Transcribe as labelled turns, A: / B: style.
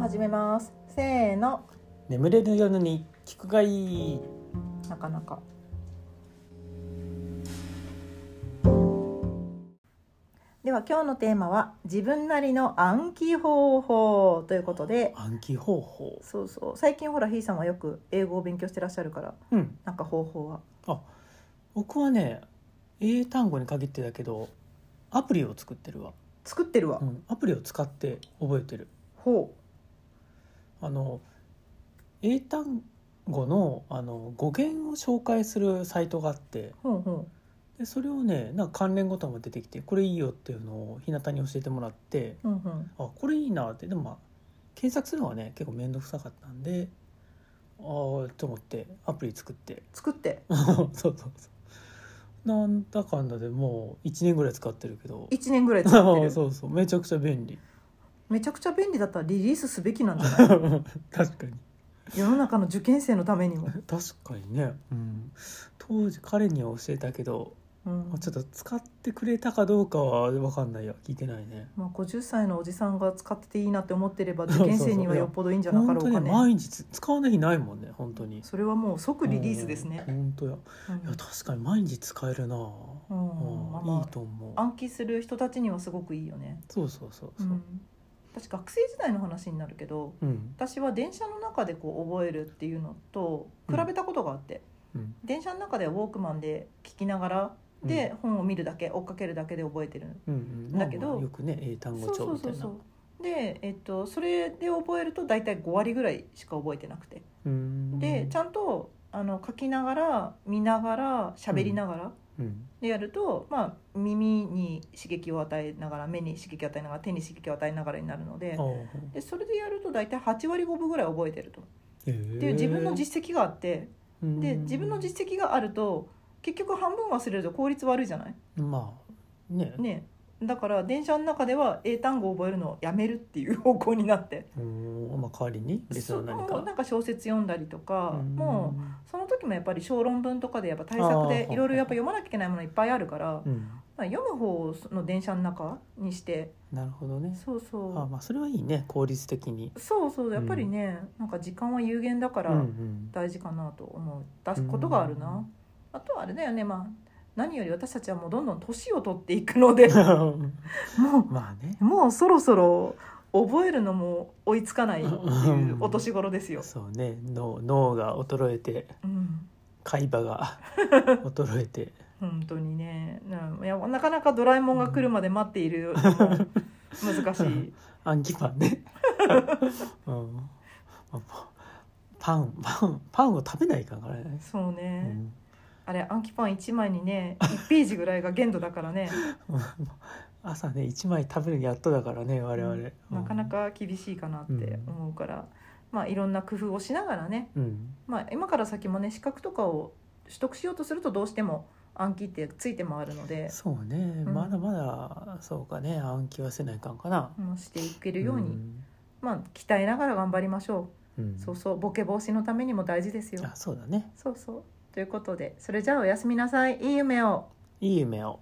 A: 始めますせーの
B: 眠れる夜に聞くがいい
A: なかなかでは今日のテーマは自分なりの暗記方法ということで
B: 暗記方法
A: そうそう最近ほらひいさんはよく英語を勉強してらっしゃるから
B: うん
A: なんか方法は
B: 僕はね英単語に限ってだけどアプリを作ってるわ、
A: 作ってるわ、
B: うん、アプリを使って覚えてる
A: ほ
B: あの英単語のあの語源を紹介するサイトがあって
A: うほうほ
B: でそれをねなんか関連語とも出てきてこれいいよっていうのを日向に教えてもらって
A: ううんうん
B: あこれいいなってでもまあ検索するのはね結構面倒くさかったんでああと思ってアプリ作って
A: 作って
B: そうそうそうなんだかんだでもう1年ぐらい使ってるけど
A: 1年ぐらい作ってる
B: そうそうめちゃくちゃ便利
A: めちゃくちゃ便利だったらリリースすべきなんじゃない
B: 確かに
A: 世の中の受験生のためにも、
B: 確かにね、うん、当時彼には教えたけど、
A: うん
B: まあちょっと使ってくれたかどうかは分かんないや聞いてないね
A: まあ、50歳のおじさんが使ってていいなって思ってれば受験生にはよっぽどいいんじゃなか
B: 本
A: ろ
B: 当
A: うか
B: に
A: ね
B: 毎日使わない日ないもんね本当に
A: それはもう即リリースですね
B: う、ん本当や
A: うん
B: いや確かに毎日使えるな、うん
A: うんまあまあ
B: いいと思う
A: 暗記する人たちにはすごくいいよね、
B: そうそうそう
A: う
B: そう、
A: ん、私学生時代の話になるけど
B: うん
A: 私は電車の中でこう覚えるっていうのと比べたことがあって、
B: うん
A: 電車の中ではウォークマンで聞きながらで、本を見るだけ追っかけるだけで覚えてる
B: うんうんまあまあ
A: だけど
B: よくね英単語帳みたいな
A: うで、えっと、それで覚えると大体5割ぐらいしか覚えてなくて
B: うん
A: でちゃんとあの書きながら見ながら喋りながら
B: うん
A: でやると、まあ、耳に刺激を与えながら目に刺激を与えながら手に刺激を与えながらになるので
B: ああ
A: でそれでやると大体8割5分ぐらい覚えてると。
B: へえ
A: っていう自分の実績があって
B: うん
A: で自分の実績があると結局半分忘れると効率悪いじゃない
B: まあね
A: ねだから電車の中では英単語を覚えるのをやめるっていう方向になって
B: うんまあ代わりに別
A: そ
B: の
A: う
B: 何
A: もう
B: か
A: なんか小説読んだりとかも
B: う
A: うその時もやっぱり小論文とかでやっぱ対策で
B: あー
A: いろいろやっぱ読まなきゃいけないものいっぱいあるから、
B: ん、うん、
A: まあ、読む方の電車の中にして
B: なるほどね
A: そうそう
B: あまあそれはいいね効率的に
A: そうそうやっぱりね、なんか時間は有限だか
B: うんう
A: ら
B: ん
A: 大事かなと思ったことがあるな、
B: うん
A: あとはあれだよねまあ何より私たちはもうどんどん年を取っていくの でもう
B: まあね
A: もうそろそろ覚えるのも追いつかないっていうお年頃ですよ。
B: そうね脳脳が衰えて
A: うん、
B: 海 馬が衰えて
A: 本当にねないやなかなか「ドラえもん」が来るまで待っているのも難し い
B: 暗記パン ね、うんまあパパンパンパンを食べないかんからね、
A: そう
B: う
A: ね、
B: ん、
A: あれ暗記パン1枚にね1ページぐらいが限度だからね
B: 朝ね一枚食べるのやっとだからね我々、
A: なかなか厳しいかなって思うから、まあいろんな工夫をしながらね、
B: うん
A: まあ、今から先もね資格とかを取得しようとするとどうしても暗記ってついて回るので、
B: そうね、
A: ん
B: まだまだそうかね暗記はせないかんかな、
A: まあ、していけるように、
B: ん
A: まあ、鍛えながら頑張りましょう。
B: うん
A: そうそうボケ防止のためにも大事ですよ。
B: あそうだね
A: そうそうということでそれじゃあおやすみなさいいい夢を。
B: いい夢を